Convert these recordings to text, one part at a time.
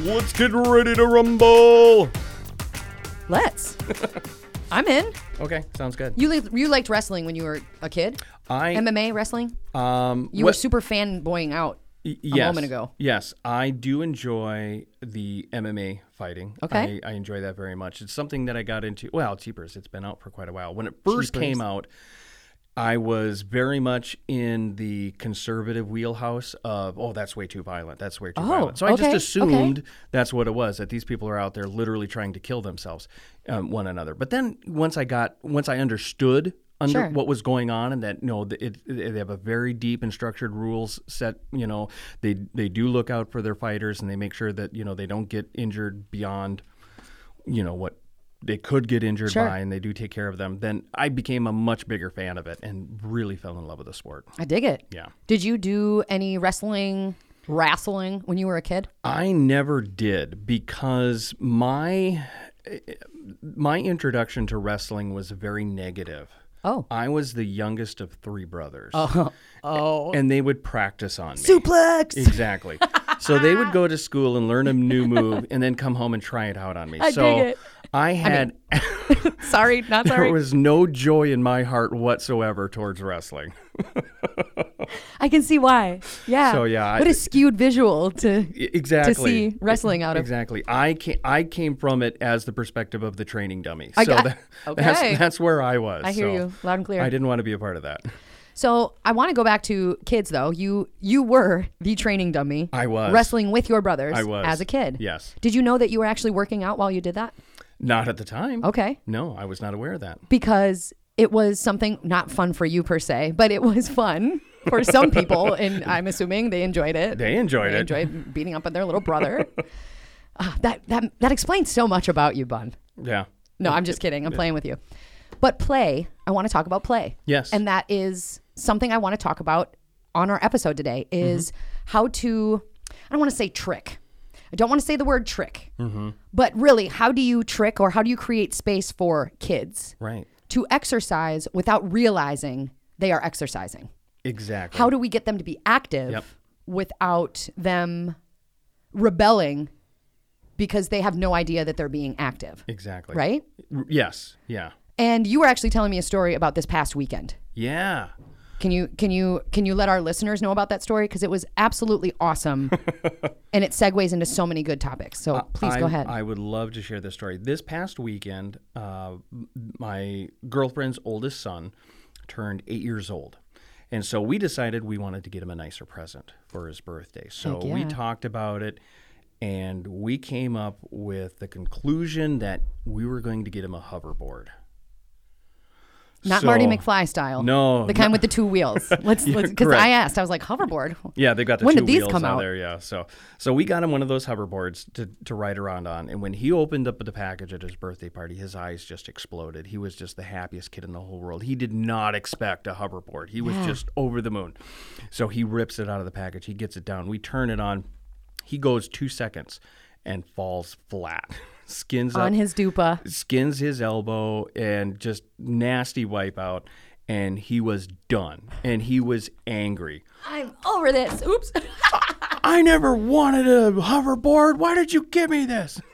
Let's get ready to rumble. Let's. I'm in. Okay, sounds good. You li- you liked wrestling when you were a kid? I MMA wrestling? um You were super fanboying out. yes, moment ago. Yes, I do enjoy the MMA fighting. Okay. I, I enjoy that very much. It's something that I got into. Well, cheapers. It's been out for quite a while. When it first came out, I was very much in the conservative wheelhouse of, oh, that's way too violent. That's way too violent. So I Oh, okay, okay. just assumed that's what it was that these people are out there literally trying to kill themselves, um, one another. But then once I got, once I understood under Sure. what was going on and that no, th- it, it, they have a very deep and structured rules set. You know, they they do look out for their fighters and they make sure that you know they don't get injured beyond you know what they could get injured Sure. by and they do take care of them then i became a much bigger fan of it and really fell in love with the sport I dig it. yeah Did you do any wrestling, wrestling when you were a kid? i never did because my my introduction to wrestling was very negative Oh. i was the youngest of three brothers oh, and they would practice on me Suplex. Exactly. so they would go to school and learn a new move and then come home and try it out on me. I dig so it. I had sorry, not sorry. there was no joy in my heart whatsoever towards wrestling. I can see why. Yeah. So, yeah, I- What a skewed visual to I- E, Exactly. to see wrestling out of. Exactly. I came, I came from it as the perspective of the training dummy. so got- that- Okay. that's, that's where I was. I hear so you loud and clear. I didn't want to be a part of that. So I want to go back to kids though. You you were the training dummy. I was. wrestling with your brothers. I was. as a kid. Yes. Did you know that you were actually working out while you did that? Not at the time. Okay. No, I was not aware of that. Because it was something not fun for you per se, but it was fun for some people, and I'm assuming they enjoyed it. They enjoyed They it. enjoyed beating up on their little brother. Ah, that that that explains so much about you, Bun. Yeah. No, I'm just kidding. I'm playing with you. But play, I want to talk about play. Yes. And that is something I want to talk about on our episode today is Mm-hmm. how to I don't want to say trick. I don't want to say the word trick. Mm-hmm. But really, how do you trick or how do you create space for kids Right. to exercise without realizing they are exercising? Exactly. How do we get them to be active Yep. without them rebelling because they have no idea that they're being active? exactly. Right? R- Yes. Yeah. And you were actually telling me a story about this past weekend. Yeah. Can you can you can you let our listeners know about that story because it was absolutely awesome, and it segues into so many good topics. So please I, uh, go ahead. I would love to share this story. This past weekend, uh, m- my girlfriend's oldest son turned eight years old. And so we decided we wanted to get him a nicer present for his birthday. So we yeah. talked about it and we came up with the conclusion that we were going to get him a hoverboard. Not Marty so- McFly style. No, the kind with the two wheels. Let's because correct. I asked. I was like hoverboard. Yeah, they've got the When two did these wheels come now out? there. Yeah, so so we got him one of those hoverboards to, to ride around on, and when he opened up the package at his birthday party, his eyes just exploded. He was just the happiest kid in the whole world. He did not expect a hoverboard. He was just over the moon. So he rips it out of the package. He gets it down. We turn it on. He goes two seconds and falls flat. Skins up On his dupa. skins his elbow and just nasty wipeout and he was done and he was angry I'm over this. Oops. I never wanted a hoverboard. Why did you give me this?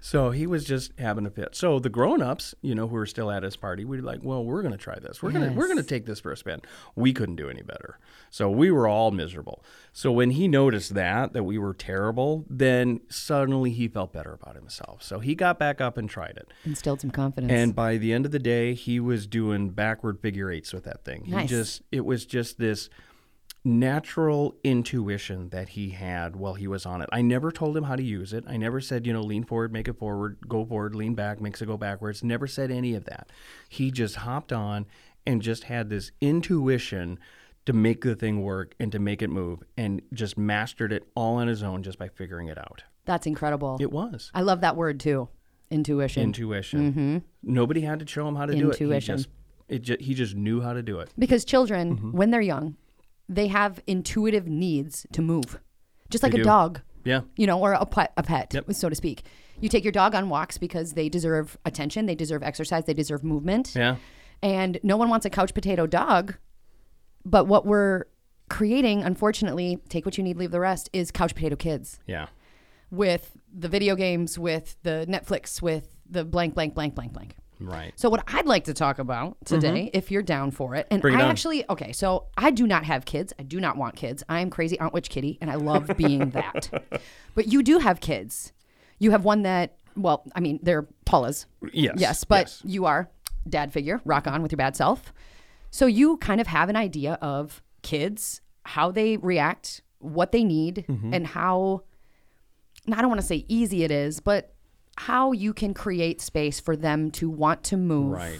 So he was just having a fit. So the grown-ups, you know, who were still at his party, we were like, "Well, we're going to try this. We're going to we're going to take this for a spin." We couldn't do any better. So we were all miserable. So when he noticed that that we were terrible, then suddenly he felt better about himself. So he got back up and tried it. Instilled some confidence. And by the end of the day, he was doing backward figure eights with that thing. He Nice. just it was just this natural intuition that he had while he was on it. I never told him how to use it. I never said, you know, lean forward, make it forward, go forward, lean back, makes it go backwards. Never said any of that. He just hopped on and just had this intuition to make the thing work and to make it move and just mastered it all on his own just by figuring it out. that's incredible. It was I love that word too. Intuition. intuition. Nobody had to show him how to do it. He Mm-hmm. Intuition. just, it ju- he just knew how to do it. Because children, Mm-hmm. when they're young, they have intuitive needs to move, just like They a do. dog, Yeah. you know, or a pet, a pet Yep. so to speak. You take your dog on walks because they deserve attention, they deserve exercise, they deserve movement. Yeah. And no one wants a couch potato dog. But what we're creating, unfortunately, take what you need, leave the rest, is couch potato kids Yeah. with the video games, with the Netflix, with the blank, blank, blank, blank, blank. Right. So what I'd like to talk about today, if you're down for it, and Mm-hmm. Bring it I on. actually okay, so I do not have kids. I do not want kids. I am crazy Aunt Witch Kitty, and I love being that. But you do have kids. You have one that, well, I mean, they're Paula's. Yes, Yes, but yes. you are dad figure. Rock on with your bad self. So you kind of have an idea of kids, how they react, what they need, Mm-hmm. and how and I don't want to say easy it is, but how you can create space for them to want to move Right.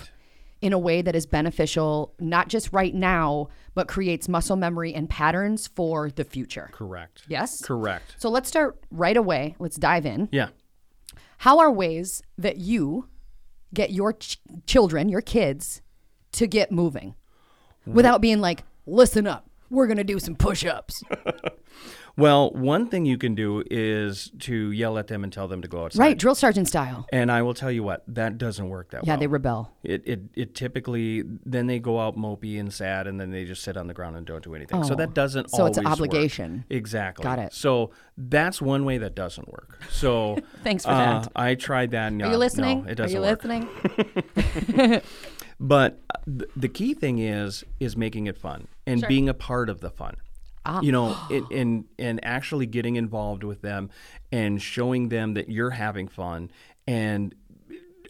in a way that is beneficial, not just right now, but creates muscle memory and patterns for the future. Correct. Yes? Correct. So let's start right away. Let's dive in. Yeah. How are ways that you get your ch- children, your kids, to get moving without being like, listen up, we're going to do some push ups? Well, one thing you can do is to yell at them and tell them to go outside. right, drill sergeant style. And I will tell you what, that doesn't work that Yeah, well. they rebel. It, it it typically then they go out mopey and sad and then they just sit on the ground and don't do anything. so that doesn't Oh. so it's an always work. obligation. Exactly. Got it. So that's one way that doesn't work. So Thanks for uh, that. I tried that. And, Are you listening? Uh, No, it Are doesn't you work. listening? But uh, th- the key thing is is making it fun and being a part of the fun. Ah. You know, it, and and actually getting involved with them and showing them that you're having fun and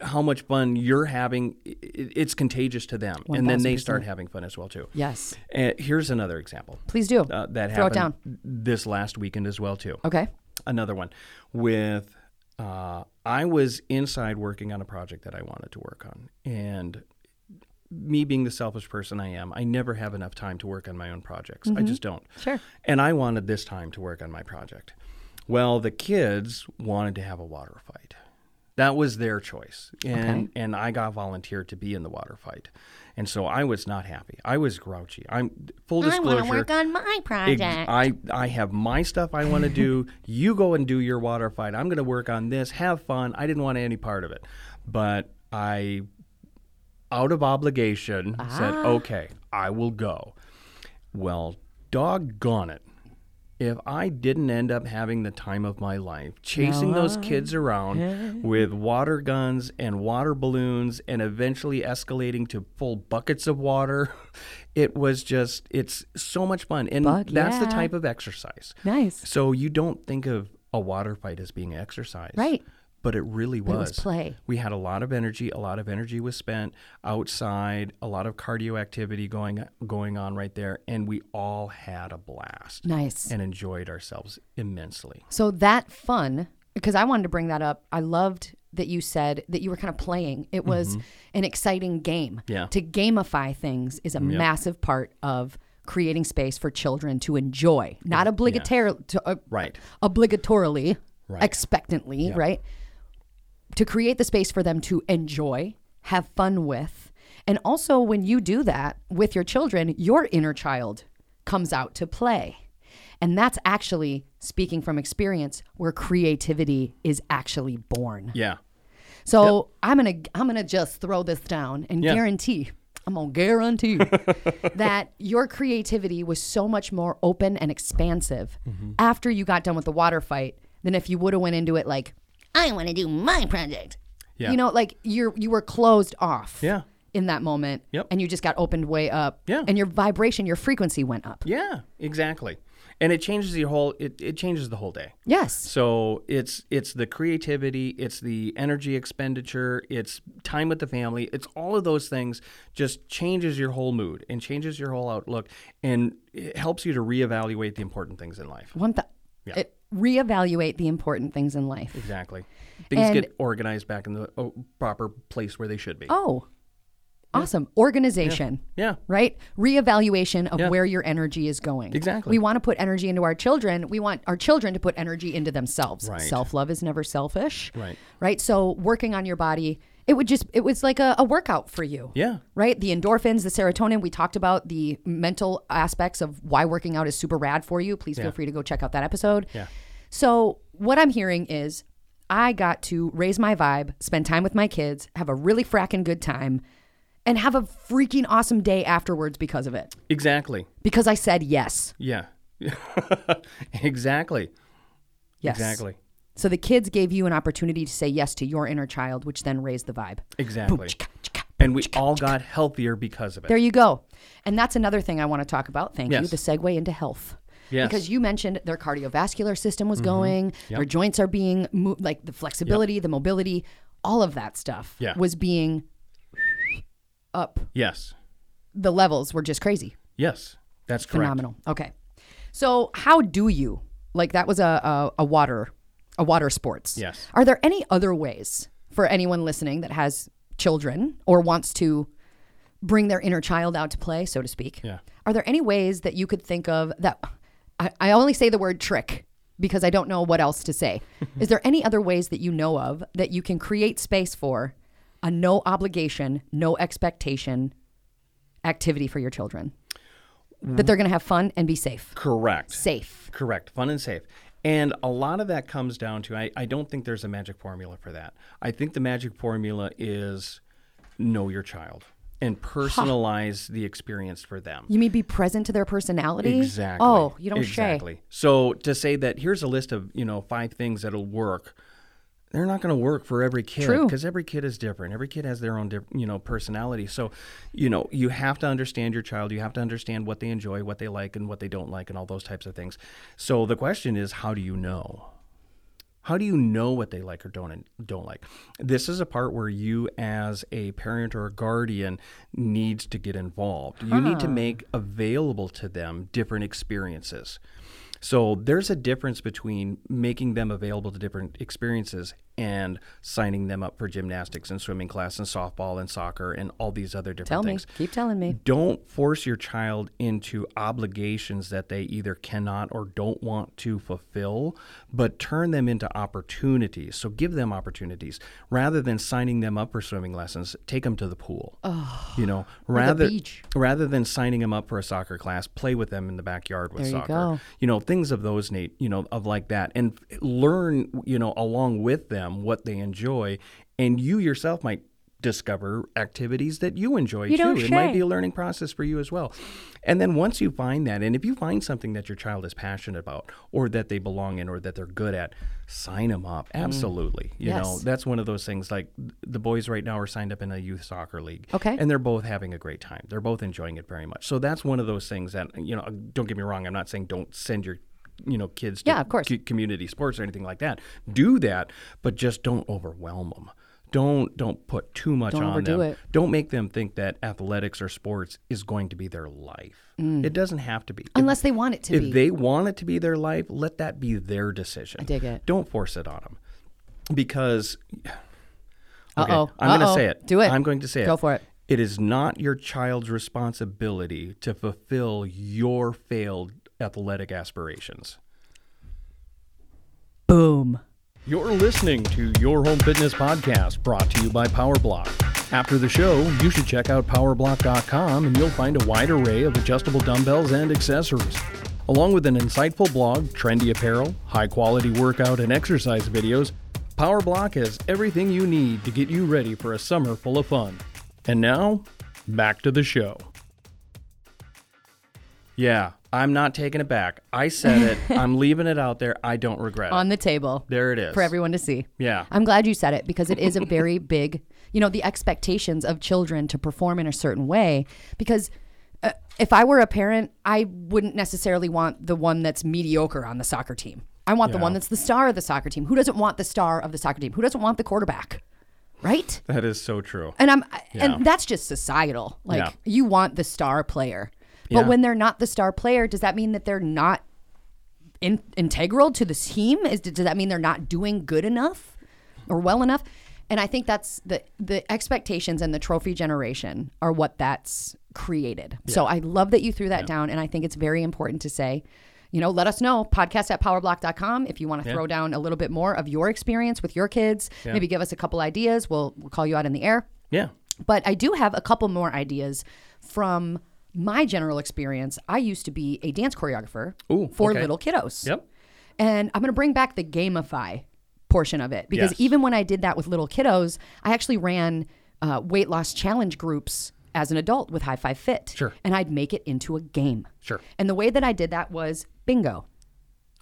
how much fun you're having. i- i it's contagious to them, and then they start having fun as well too. Yes. And here's another example Please do. uh, that Throw it happened this last weekend as well too okay. another one with uh, I was inside working on a project that I wanted to work on, and me being the selfish person I am, I never have enough time to work on my own projects. I just don't. Sure. And I wanted this time to work on my project. Well, the kids wanted to have a water fight. That was their choice. And and I got volunteered to be in the water fight. And so I was not happy. I was grouchy. I'm full disclosure. on my Ex- project. I, I have my stuff I want to do. you go and do your water fight. I'm going to work on this. Have fun. I didn't want any part of it. But I, out of obligation, said, Ah. okay, I will go. Well, doggone it. If I didn't end up having the time of my life chasing those kids around with water guns and water balloons and eventually escalating to full buckets of water, it was just, it's so much fun. And Fuck that's the yeah. type of exercise. Nice. So you don't think of a water fight as being exercise. Right. But it really was. it was play. We had a lot of energy. A lot of energy was spent outside. A lot of cardio activity going going on right there, and we all had a blast Nice. and enjoyed ourselves immensely. So that fun, because I wanted to bring that up. I loved that you said that you were kind of playing. It was an exciting game. Mm-hmm. Yeah. Mm, To gamify things is a massive part of creating space for children to enjoy, not obligatorily, to, uh, Right. obligatorily, Right. expectantly, right? To create the space for them to enjoy, have fun with. And also, when you do that with your children, your inner child comes out to play. And that's actually, speaking from experience, where creativity is actually born. Yeah. So I'm gonna I'm gonna just throw this down and Yeah. guarantee. I'm gonna guarantee that your creativity was so much more open and expansive Mm-hmm. after you got done with the water fight than if you would have went into it like I want to do my project. Yeah. you know like you're you were closed off Yeah. in that moment Yep. and you just got opened way up Yeah. and your vibration your frequency went up Yeah. Exactly. And it changes the whole. It, it changes the whole day. yes So it's it's the creativity, it's the energy expenditure, it's time with the family, it's all of those things just changes your whole mood and changes your whole outlook and it helps you to reevaluate the important things in life. one th- Yeah. it, reevaluate the important things in life Exactly. Things And- get organized back in the oh, proper place where they should be. oh awesome organization Yeah. right? Reevaluation of where your energy is going. Exactly. We want to put energy into our children. We want our children to put energy into themselves. Right. Self love is never selfish. Right. Right. So working on your body, it would just it was like a, a workout for you. Yeah. Right? The endorphins, the serotonin. We talked about the mental aspects of why working out is super rad for you. Please feel free to go check out that episode. Yeah. So what I'm hearing is I got to raise my vibe, spend time with my kids, have a really frackin' good time, and have a freaking awesome day afterwards because of it. Exactly. Because I said yes. Yeah. exactly. Yes. Exactly. So the kids gave you an opportunity to say yes to your inner child, which then raised the vibe. Exactly. And we all got healthier because of it. There you go. And that's another thing I want to talk about. Thank you. Yes. The segue into health. Yes. Mm-hmm. Because you mentioned their cardiovascular system was going, their joints are being moved, like the flexibility, the mobility, all of that stuff Yeah. was being up. Yes. The levels were just crazy. Yes. That's correct. Phenomenal. Okay. So how do you like that was a, a a water a water sports. Yes. Are there any other ways for anyone listening that has children or wants to bring their inner child out to play, so to speak? Yeah. Are there any ways that you could think of that I, I only say the word trick because I don't know what else to say. Is there any other ways that you know of that you can create space for a no obligation, no expectation activity for your children? that they're going to have fun and be safe. Correct. Safe. Correct. Fun and safe. And a lot of that comes down to I, I don't think there's a magic formula for that. I think the magic formula is know your child and personalize the experience for them. You mean be present to their personality? Exactly. Oh, you don't say. exactly. So to say that here's a list of you know five things that'll work, they're not going to work for every kid True. because every kid is different. Every kid has their own diff- you know personality. So you know you have to understand your child. You have to understand what they enjoy, what they like, and what they don't like, and all those types of things. So the question is, how do you know? How do you know what they like or don't don't like? This is a part where you, as a parent or a guardian, needs to get involved. You need to make available to them different experiences. So there's a difference between making them available to different experiences and signing them up for gymnastics and swimming class and softball and soccer and all these other different Tell me. things. Keep telling me. Don't force your child into obligations that they either cannot or don't want to fulfill, but turn them into opportunities. So give them opportunities rather than signing them up for swimming lessons. Take them to the pool. you know, rather Oh, beach. rather than signing them up for a soccer class, play with them in the backyard with There you soccer. go. You know, things of those Nate, you know, of like that and f- learn, you know, along with them what they enjoy and you yourself might discover activities that you enjoy You too. don't It might say. be a learning process for you as well. And then once you find that and if you find something that your child is passionate about or that they belong in or that they're good at, sign them up. Absolutely. You know, Mm. Yes. that's one of those things like th- the boys right now are signed up in a youth soccer league. Okay. And they're both having a great time. They're both enjoying it very much. So that's one of those things that, you know, uh, don't get me wrong, I'm not saying don't send your you know kids to Yeah, of course. co- community sports or anything like that. Do that, but just don't overwhelm them. Don't don't put too much Don't on overdo them. it. Don't make them think that athletics or sports is going to be their life. It doesn't have to be. If- Unless they want Mm. it to if be. they want it to be their life, let that be their decision. I dig it. Don't force it on them, because Uh Okay, oh. I'm going to say it. Do it. I'm going to say it. Go for it. It is not your child's responsibility to fulfill your failed athletic aspirations. Boom. You're listening to Your Home Fitness Podcast, brought to you by PowerBlock. After the show, you should check out powerblock.com and you'll find a wide array of adjustable dumbbells and accessories, along with an insightful blog, trendy apparel, high quality workout and exercise videos. PowerBlock has everything you need to get you ready for a summer full of fun. And now, back to the show. Yeah, I'm not taking it back. I said it. I'm leaving it out there. I don't regret it. On the table There it is. for everyone to see. Yeah. I'm glad you said it because it is a very big, you know, the expectations of children to perform in a certain way. Because uh, if I were a parent, I wouldn't necessarily want the one that's mediocre on the soccer team. I want the Yeah. one that's the star of the soccer team. Who doesn't want the star of the soccer team? Who doesn't want the quarterback? Right? That is so true. and I'm Yeah. and that's just societal. Like Yeah. you want the star player, but Yeah. when they're not the star player, does that mean that they're not in, integral to the team? Is does that mean they're not doing good enough or well enough? And I think that's the the expectations and the trophy generation are what that's created. So I love that you threw that down, and I think it's very important to say. You know, let us know podcast at powerblock.com if you want to throw down a little bit more of your experience with your kids. Maybe give us a couple ideas. We'll, we'll call you out in the air. Yeah. But I do have a couple more ideas from my general experience. I used to be a dance choreographer Ooh, for okay. little kiddos. Yep. And I'm going to bring back the gamify portion of it because Yes. even when I did that with little kiddos, I actually ran uh, weight loss challenge groups as an adult with High Five Fit. Sure. And I'd make it into a game. Sure. And the way that I did that was bingo.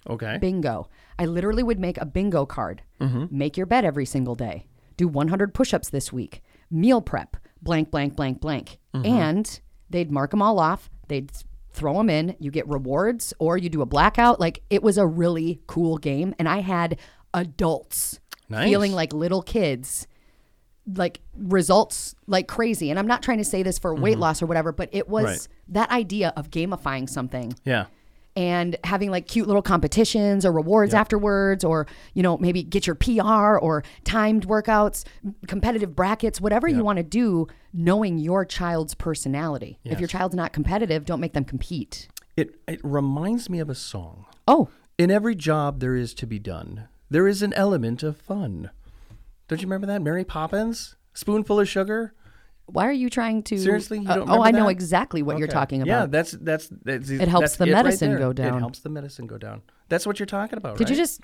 Okay. Mm-hmm. Bingo. I literally would make a bingo card. Make your bed every single day. Do 100 push ups this week. Meal prep, blank, blank, blank, blank. Mm-hmm. And they'd mark them all off. They'd throw them in. You get rewards or you do a blackout. Like it was a really cool game. And I had adults Nice. feeling like little kids like results like crazy and i'm not trying to say this for weight loss or whatever but it was Mm-hmm. Right. that idea of gamifying something Yeah. and having like cute little competitions or rewards afterwards or you know maybe get your PR or timed workouts m- competitive brackets whatever you want to do knowing your child's personality if your child's not competitive don't make them compete It it reminds me of a song. oh In every job there is to be done, there is an element of fun. Don't you remember that Mary Poppins? Spoonful of sugar. why are you trying to Seriously, you Uh, don't oh I remember know that? exactly what you're Okay. talking about Yeah, that's that's, that's it helps that's the right medicine there. go down. It helps the medicine go down. That's what you're talking about. did you right? just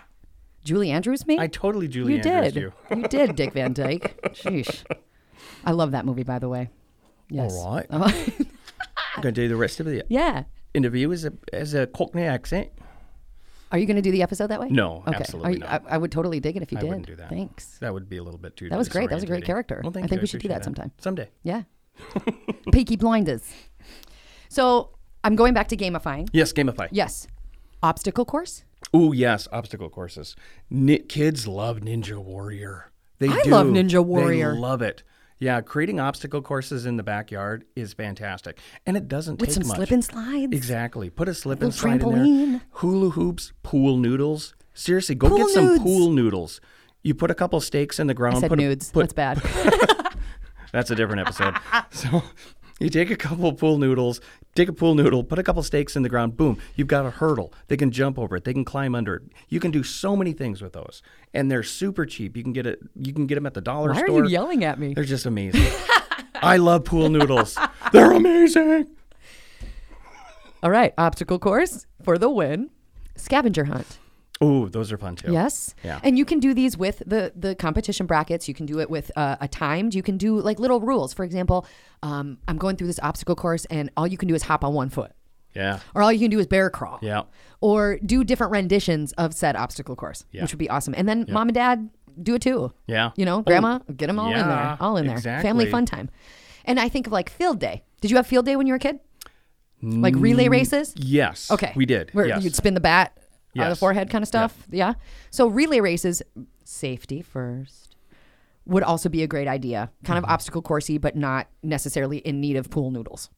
Julie Andrews me I totally Julie you Andrews did you. you did Dick Van Dyke sheesh I love that movie by the way yes All right. I'm gonna do the rest of the yeah interview as a as a Cockney accent. Are you going to do the episode that way? No, okay. absolutely Are you, not. I, I would totally dig it if you I did. wouldn't do that. Thanks. That would be a little bit too. That was great. That was a great disorientating. character. Well, thank I think you. we should do appreciate that sometime. Someday. Yeah. Peaky Blinders. So I'm going back to gamifying. Yes, gamify. Yes. Obstacle course. Oh yes, obstacle courses. Ni- kids love Ninja Warrior. They I do. love Ninja Warrior. They love it. Yeah, creating obstacle courses in the backyard is fantastic, and it doesn't With take some much. slip and slides. Exactly. Put a slip and Little slide in trampoline. there. Hula hoops, pool noodles. Seriously, go Pool get some nudes. pool noodles. You put a couple stakes in the ground. I said put a- nudes. put- That's bad. that's a different episode. so you take a couple pool noodles, take a pool noodle, put a couple stakes in the ground, boom, you've got a hurdle. They can jump over it, they can climb under it. You can do so many things with those. And they're super cheap. You can get it you can get them at the dollar Why are store. you yelling at me? They're just amazing. I love pool noodles. They're amazing. All right. Obstacle course for the win. Scavenger hunt. Ooh, those are fun too. Yes. Yeah. And you can do these with the the competition brackets. You can do it with uh, a timed. You can do like little rules. For example, um, I'm going through this obstacle course, and all you can do is hop on one foot, Yeah. or all you can do is bear crawl. Yeah. Or do different renditions of said obstacle course, Yeah. which would be awesome. And then mom and dad do it too. Yeah. You know, Oh, grandma, get 'em get them all in yeah, there, all in there. Family exactly. fun time. And I think of like field day. Did you have field day when you were a kid? Like relay races? Mm, Yes. Okay. We did. Where yes. you'd spin the bat on the Yes. forehead kind of stuff. Yeah. So relay races, safety first, would also be a great idea. Kind Mm-hmm. of obstacle coursey, but not necessarily in need of pool noodles.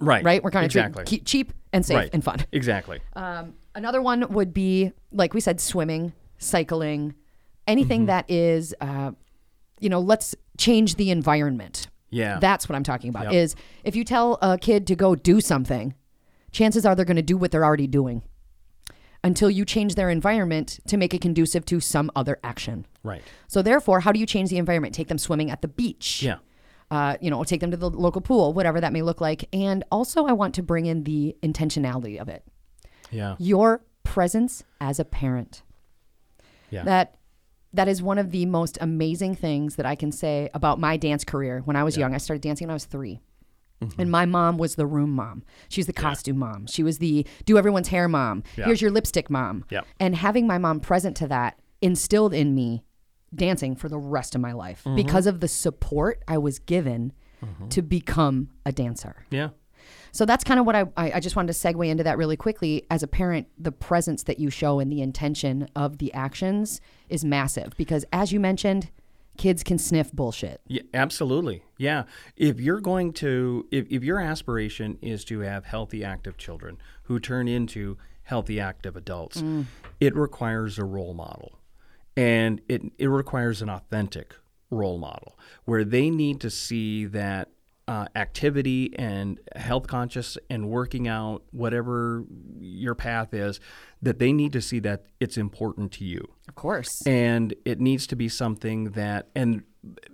right. Right? We're kind of exactly. cheap and safe right. and fun. Exactly. Um, another one would be, like we said, swimming, cycling, anything Mm-hmm. that is, uh, you know, let's change the environment. Yeah. That's what I'm talking about. Yep. Is if you tell a kid to go do something, chances are they're going to do what they're already doing until you change their environment to make it conducive to some other action. right. So therefore, how do you change the environment? Take them swimming at the beach. Yeah. Uh, you know, take them to the local pool, whatever that may look like. And also, I want to bring in the intentionality of it Yeah. your presence as a parent. Yeah. That that is one of the most amazing things that I can say about my dance career. When I was young, I started dancing when I was 3. Mm-hmm. And my mom was the room mom. She was the costume mom. She was the do everyone's hair mom. Yeah. Here's your lipstick mom. Yeah. And having my mom present to that instilled in me dancing for the rest of my life Mm-hmm. because of the support I was given to become a dancer. Yeah. So that's kind of what I, I I just wanted to segue into that really quickly. As a parent, the presence that you show and the intention of the actions is massive because, as you mentioned, kids can sniff bullshit. Yeah, absolutely. Yeah. If you're going to, if, if your aspiration is to have healthy, active children who turn into healthy, active adults, it requires a role model. And it, it requires an authentic role model where they need to see that uh, activity and health conscious and working out, whatever your path is, that they need to see that it's important to you Of course. and it needs to be something that and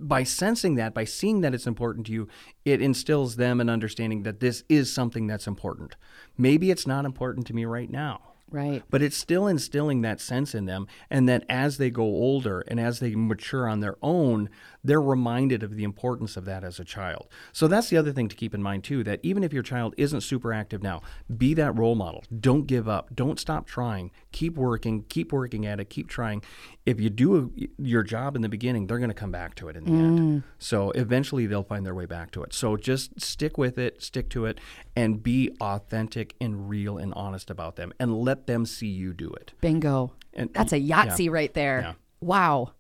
by sensing that by seeing that it's important to you it instills them an understanding that this is something that's important maybe it's not important to me right now Right. but it's still instilling that sense in them and that as they go older and as they mature on their own they're reminded of the importance of that as a child. So that's the other thing to keep in mind too that even if your child isn't super active now, be that role model. Don't give up. Don't stop trying. Keep working, keep working at it, keep trying. If you do a, your job in the beginning, they're going to come back to it in the Mm. end. So eventually they'll find their way back to it. So just stick with it, stick to it and be authentic and real and honest about them and let them see you do it. Bingo. And- That's a Yahtzee right there. Yeah. Wow.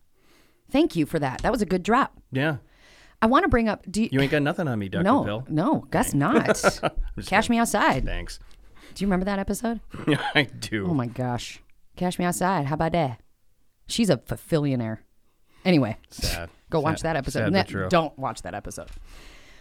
Thank you for that. That was a good drop. Yeah. I want to bring up. Do you, You ain't got nothing on me, Dr. no, Phil. no, Gus, not. Cash me outside. Thanks. Do you remember that episode? Yeah, I Oh do. my gosh. Cash me outside. How about that? She's a fillionaire. Anyway, Sad. go Sad- watch that episode. sad No, but true. Don't watch that episode.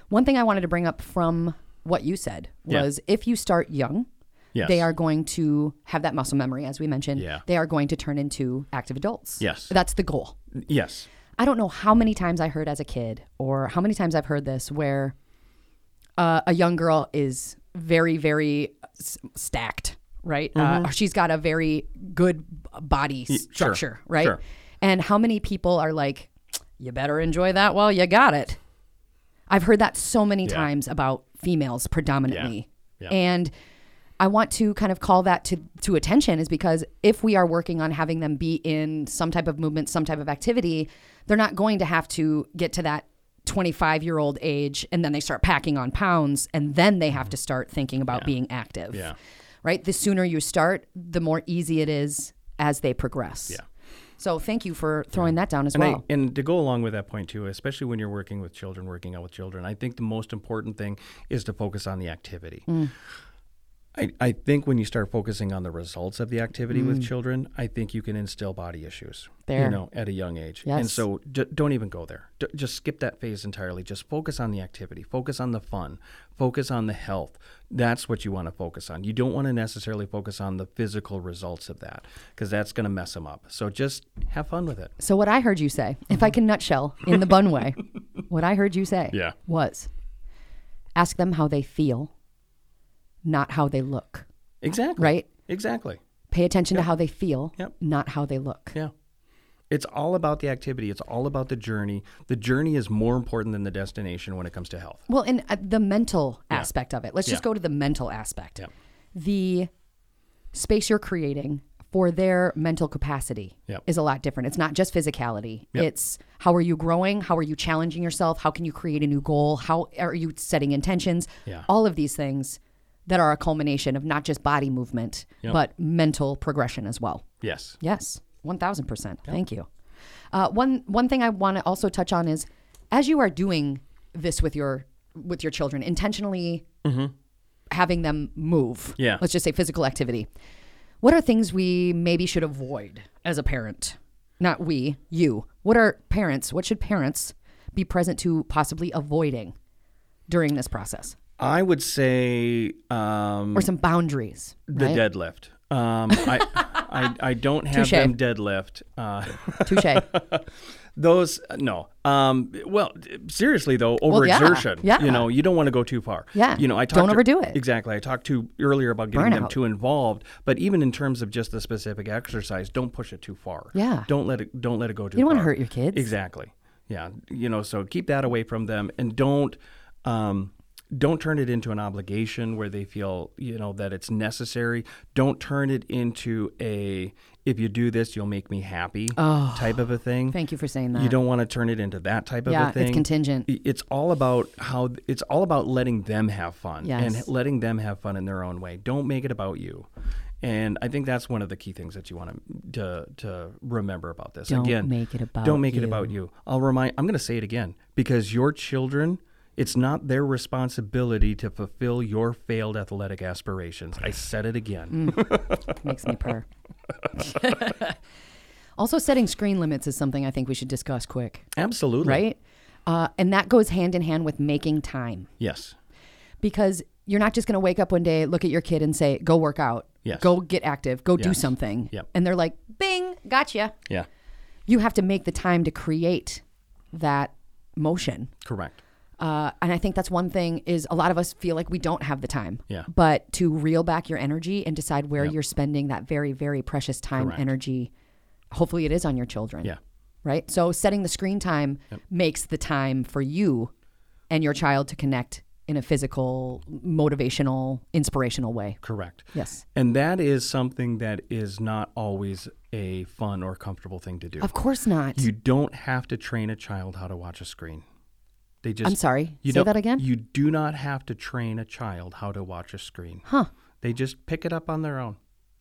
One thing I wanted to bring up from what you said Yeah. was if you start young, Yes. they are going to have that muscle memory, as we mentioned. Yeah. They are going to turn into active adults. Yes. That's the goal. Yes. I don't know how many times I heard as a kid or how many times I've heard this where uh, a young girl is very, very uh, s- stacked, right? Uh, she's got a very good b- body structure, right? Mm-hmm. sure. And how many people are like, you better enjoy that while you got it. I've heard that so many times about females predominantly. Yeah. And I want to kind of call that to, to attention is because if we are working on having them be in some type of movement, some type of activity, they're not going to have to get to that 25 year old age and then they start packing on pounds and then they have to start thinking about being active. Yeah. Right? The sooner you start, the more easy it is as they progress. Yeah. So thank you for throwing that down as And, I- well. and to go along with that point too, especially when you're working with children, working out with children, I think the most important thing is to focus on the activity. Mm. I, I think when you start focusing on the results of the activity with children, I think you can instill body issues. Mm. There. You know, at a young age. And Yes. so d- don't even go there. D- just skip that phase entirely. Just focus on the activity, focus on the fun, focus on the health. That's what you want to focus on. You don't want to necessarily focus on the physical results of that because that's going to mess them up. So just have fun with it. So what I heard you say, if I can nutshell in the bun way, what I heard you say Yeah. was ask them how they feel, not how they look. Exactly. Right? Exactly. Pay attention to how they feel, Yep. not how they look. Yeah. It's all about the activity. It's all about the journey. The journey is more important than the destination when it comes to health. Well, and uh, the mental aspect of it. Let's just go to the mental aspect. Yep. The space you're creating for their mental capacity Yep. is a lot different. It's not just physicality. Yep. It's how are you growing? How are you challenging yourself? How can you create a new goal? How are you setting intentions? Yeah. All of these things that are a culmination of not just body movement, Yep. but mental progression as well. Yes. Yes, one thousand percent. Thank you. Uh, one one thing I want to also touch on is, as you are doing this with your with your children, intentionally having them move. Mm-hmm. Yeah. Let's just say physical activity. What are things we maybe should avoid as a parent? Not we, you. What are parents? What should parents be present to possibly avoiding during this process, I would say um, or some boundaries? the deadlift. Um, I, I I don't have Touche. them deadlift. Uh, Touche. those no. Um, well, seriously though, yeah. overexertion. Yeah. You know, you don't want to go too far. Yeah. You know, I Don't talked to- overdo it. Exactly. I talked to earlier about getting them Burnout. too involved, but even in terms of just the specific exercise, don't push it too far. Yeah. Don't let it don't let it go too. You don't wanna hurt your kids. Exactly. Yeah. You know, so keep that away from them and don't um don't turn it into an obligation where they feel, you know, that it's necessary. Don't turn it into a if you do this, you'll make me happy Oh, type of a thing. Thank you for saying that. You don't want to turn it into that type Yeah, of a it's thing. contingent. I- It's all about how it's all about letting them have fun Yes. and letting them have fun in their own way. Don't make it about you. And I think that's one of the key things that you want to to, to remember about this. Don't again, make it about don't make it you. about you. I'll remind. I'm going to say it again because your children. It's not their responsibility to fulfill your failed athletic aspirations. I said it again. Mm. makes me purr. also, setting screen limits is something I think we should discuss quick, Absolutely. right? Uh, and that goes hand in hand with making time Yes. because you're not just going to wake up one day, look at your kid, and say, "Go work out, Yes. go get active, go do Yes. something," Yep. and they're like, "Bing, gotcha." Yeah. You have to make the time to create that motion. Correct. Uh, and I think that's one thing is a lot of us feel like we don't have the time. Yeah. But to reel back your energy and decide where you're spending that very, very precious time, energy. Hopefully, it is on your children. Yeah. right? So setting the screen time makes the time for you and your child to connect in a physical, motivational, inspirational way. Correct. Yes. And that is something that is not always a fun or comfortable thing to do. Of course not. You don't have to train a child how to watch a screen. They just I'm sorry. You Say don't- that again? You do not have to train a child how to watch a screen. huh. They just pick it up on their own.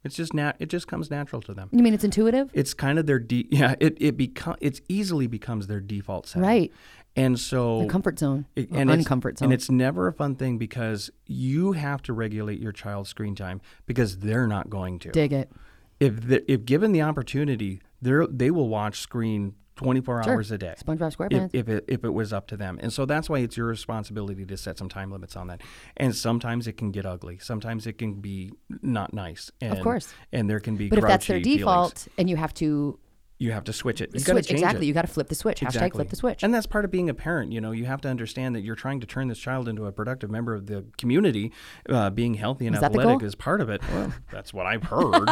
It's just nat- it just comes natural to them. You mean it's intuitive? It's kind of their de- yeah, it it become it's easily becomes their default setting. Right. And so The comfort zone. Oh. it- or it's- uncomfort zone. And it's never a fun thing because you have to regulate your child's screen time because they're not going to. Dig it. If the, if given the opportunity, they are they will watch screen 24 hours a day. SpongeBob SquarePants. If, if it if it was up to them, and so that's why it's your responsibility to set some time limits on that. And sometimes it can get ugly. Sometimes it can be not nice. And, course. And there can be. but if that's their grouchy feelings. default and you have to you have to switch it. You gotta switch, change exactly. it. You got to flip the switch. Hashtag Exactly. flip the switch. And that's part of being a parent. You know, you have to understand that you're trying to turn this child into a productive member of the community. Uh, being healthy and Is that the athletic goal? is part of it. Well, that's what I've heard.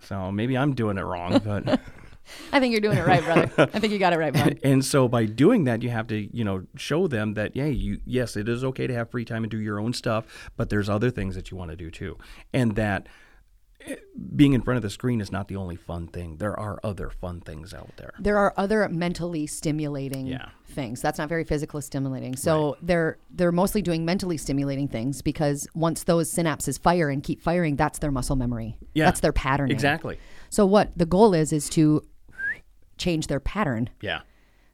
so maybe I'm doing it wrong, but I think you're doing it right, brother. I think you got it right, bud. and so by doing that, you have to you know show them that yeah, you yes, it is okay to have free time and do your own stuff, but there's other things that you want to do too, and that. eh, Being in front of the screen is not the only fun thing. There are other fun things out there. there are other mentally stimulating Yeah. things. That's not very physically stimulating. So they're they're mostly doing mentally stimulating things because once those synapses fire and keep firing, that's their muscle memory. Yeah. That's their pattern. Exactly. So what the goal is is to change their pattern. Yeah.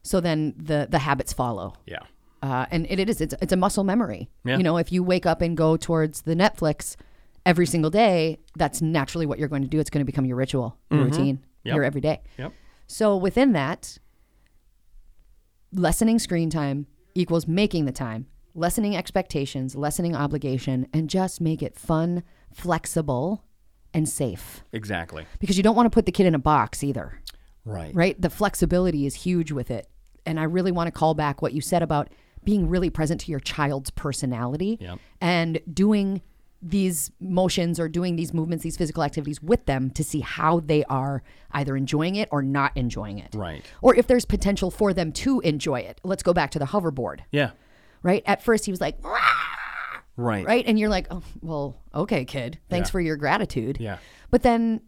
So then the the habits follow. Yeah. Uh, and it, it is it's, it's a muscle memory. Yeah. You know, if you wake up and go towards the Netflix every single day, that's naturally what you're going to do. It's going to become your ritual, your routine, Mm-hmm. Yep. your everyday. Yep. So within that, lessening screen time equals making the time, lessening expectations, lessening obligation, and just make it fun, flexible, and safe. Exactly. Because you don't want to put the kid in a box either, Right. right? The flexibility is huge with it. And I really want to call back what you said about being really present to your child's personality Yep. and doing these motions or doing these movements, these physical activities with them to see how they are either enjoying it or not enjoying it Right. or if there's potential for them to enjoy it. Let's go back to the hoverboard, Yeah. right? At first, he was like, "Rah," Right. right? And you're like, oh, well, okay, kid. Thanks for your gratitude. Yeah. But then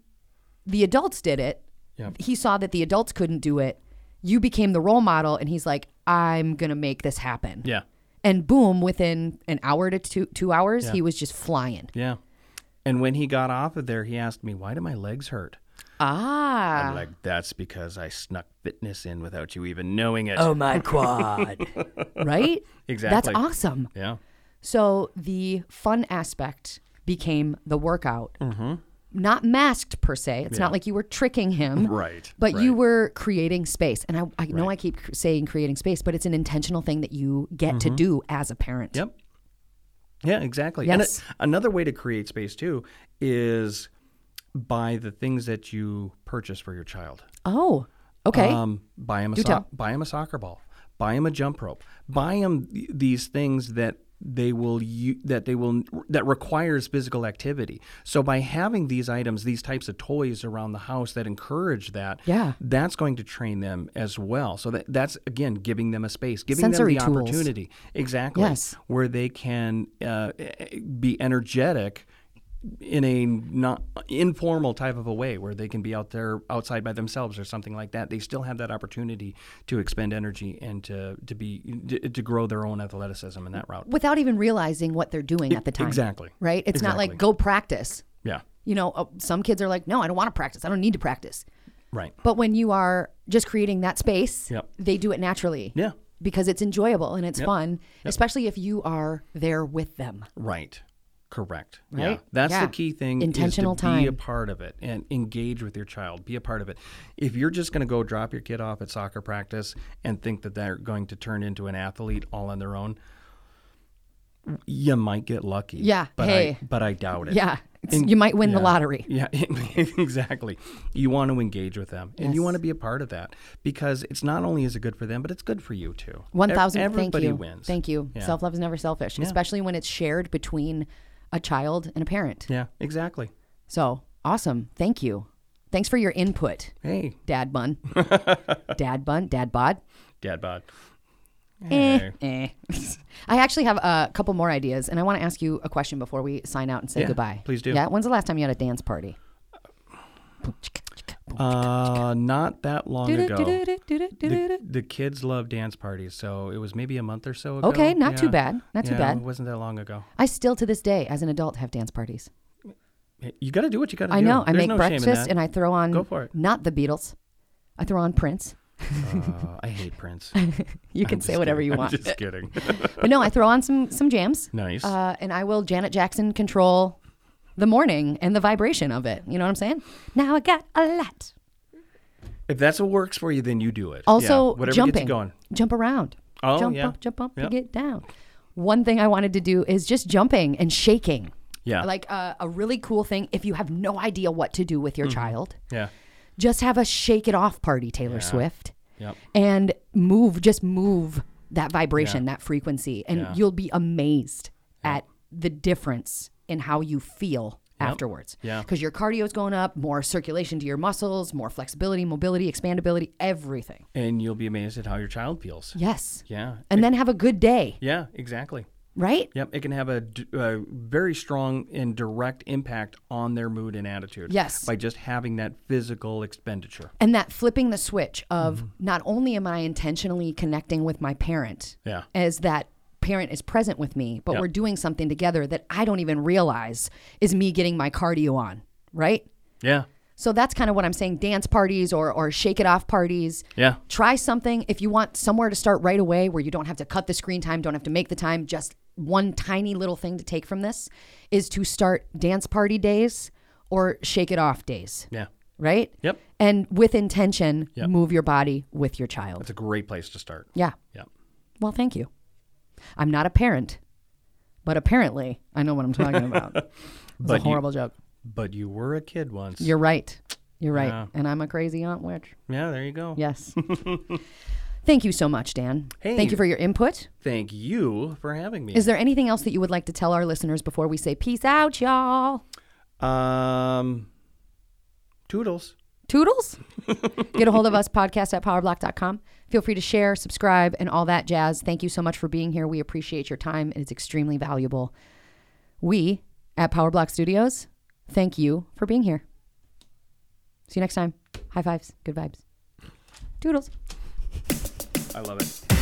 the adults did it. Yep. He saw that the adults couldn't do it. You became the role model, and he's like, I'm going to make this happen. Yeah. And boom, within an hour to two, two hours, he was just flying. Yeah. And when he got off of there, he asked me, "Why do my legs hurt?" Ah. I'm like, "That's because I snuck fitness in without you even knowing it." Oh, my quad. right? That's Exactly. awesome. Yeah. So the fun aspect became the workout. Mm-hmm. Not masked per se. It's not like you were tricking him. Right, But you right. were creating space. And I, I know I keep cr- saying creating space, but it's an intentional thing that you get to do as a parent. Mm-hmm. Yep. Yeah, exactly. Yes. And a- another way to create space too is by the things that you purchase for your child. Oh, okay. Um, buy him a tell. so- buy him a soccer ball. Buy him a jump rope. Buy him th- these things that they will u- that they will that requires physical activity. So by having these items, these types of toys around the house that encourage that, Yeah. that's going to train them as well. So that, that's again giving them a space, giving Sensory them the tools. opportunity, exactly, Yes. where they can uh, be energetic in a not informal type of a way where they can be out there outside by themselves or something like that they still have that opportunity to expend energy and to to be to, to grow their own athleticism in that route Without even realizing what they're doing at the time. e, exactly. Right? It's not like go practice. yeah You know, uh, some kids are like, no, I don't want to practice. I don't need to practice. right But when you are just creating that space, Yep. they do it naturally. Yeah. Because it's enjoyable and it's fun, especially if you are there with them. right correct yeah Right? that's Yeah. the key thing Intentional is to be a time. part of it and engage with your child be a part of it if you're just going to go drop your kid off at soccer practice and think that they're going to turn into an athlete all on their own you might get lucky Yeah, but hey. i but i doubt it Yeah. It's- you might win the yeah. lottery. Yeah, exactly. You want to engage with them and you want to be a part of that because it's not only is it good for them, but it's good for you too. Ev- 1,000. Thank Everybody you. wins. Thank you. Yeah. Self love is never selfish, especially when it's shared between a child and a parent. Yeah, exactly. So awesome. Thank you. Thanks for your input, Hey, Dad Bun. Dad Bun, Dad Bod. dad bod. Eh, Hey. eh. I actually have a couple more ideas, and I want to ask you a question before we sign out and say Yeah, goodbye. please do. Yeah. When's the last time you had a dance party? Uh, not that long ago. The, Do-do-do-do-do-do-do-do. the kids love dance parties, so it was maybe a month or so ago. Okay, not too Yeah. bad. Not too Yeah, bad. It wasn't that long ago. I still, to this day, as an adult, have dance parties. You got to do what you got to do. I know. I There's make no shame in breakfast that. and I throw on Go for it. not the Beatles. I throw on Prince. Uh, I hate Prince. You can say whatever you want. Uh, I'm just kidding. but no, I throw on some some jams. nice. Uh, and I will Janet Jackson control the morning and the vibration of it. You know what I'm saying? Now I got a lot. if that's what works for you, then you do it. Yeah, Also, whatever jumping. gets you going. Jump around. Oh, jump yeah. up, jump up, Yeah. and get down. One thing I wanted to do is just jumping and shaking. Yeah. Like uh, a really cool thing if you have no idea what to do with your Mm-hmm. child, Yeah. just have a shake it off party, Taylor Swift, Yep. and move, just move that vibration, that frequency, and Yeah. you'll be amazed at the difference in how you feel afterwards. Yeah. Because your cardio is going up, more circulation to your muscles, more flexibility, mobility, expandability, everything. And you'll be amazed at how your child feels. Yes. Yeah. And then have a good day, Yeah, exactly. right? Yep, it can have a, d- a very strong and direct impact on their mood and attitude. Yes. By just having that physical expenditure. And that flipping the switch of Mm-hmm. not only am I intentionally connecting with my parent, Yeah. as that parent is present with me, but Yeah. we're doing something together that I don't even realize is me getting my cardio on, right? Yeah. So that's kind of what I'm saying dance parties or, or shake it off parties. Yeah. Try something if you want somewhere to start right away where you don't have to cut the screen time, don't have to make the time. Just one tiny little thing to take from this is to start dance party days or shake it off days Yeah. right? Yep. And with intention, Yep. move your body with your child. It's a great place to start. Yeah. Yep. Well, thank you. I'm not a parent, but apparently I know what I'm talking about. It's a But you- horrible joke. But you were a kid once. You're right. You're right. Yeah. And I'm a crazy aunt witch. yeah, there you go. Yes. thank you so much, Dan. Hey. Thank you for your input. Thank you for having me. Is there anything else that you would like to tell our listeners before we say peace out, y'all? um Toodles. Toodles. Get a hold of us, podcast at powerblock.com. Feel free to share, subscribe, and all that jazz. Thank you so much for being here. We appreciate your time. It is extremely valuable. We at Powerblock Studios, thank you for being here. See you next time. High fives, good vibes. Toodles. I love it.